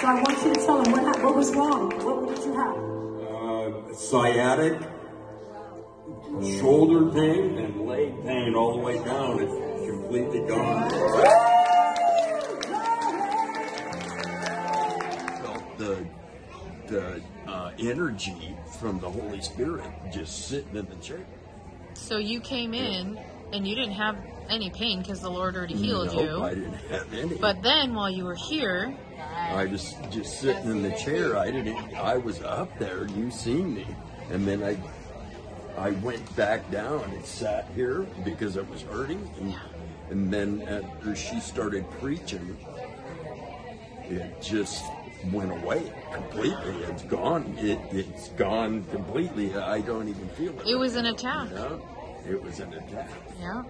So I want you to tell him what, hap- what was wrong. What, what did you have? Uh, sciatic, shoulder pain, and leg pain all the way down. It's completely gone. Felt the the uh, energy from the Holy Spirit just sitting in the chair. So you came in and you didn't have any pain because the Lord already healed No, I you. didn't have any. But then while you were here, I was just sitting in the chair. I didn't. I was up there. You seen me, and then I, I went back down and sat here because I was hurting, and, and then after she started preaching, it just went away completely. It's gone. It, it's gone completely. I don't even feel it. it was an attack. You know? It was an attack. Yeah.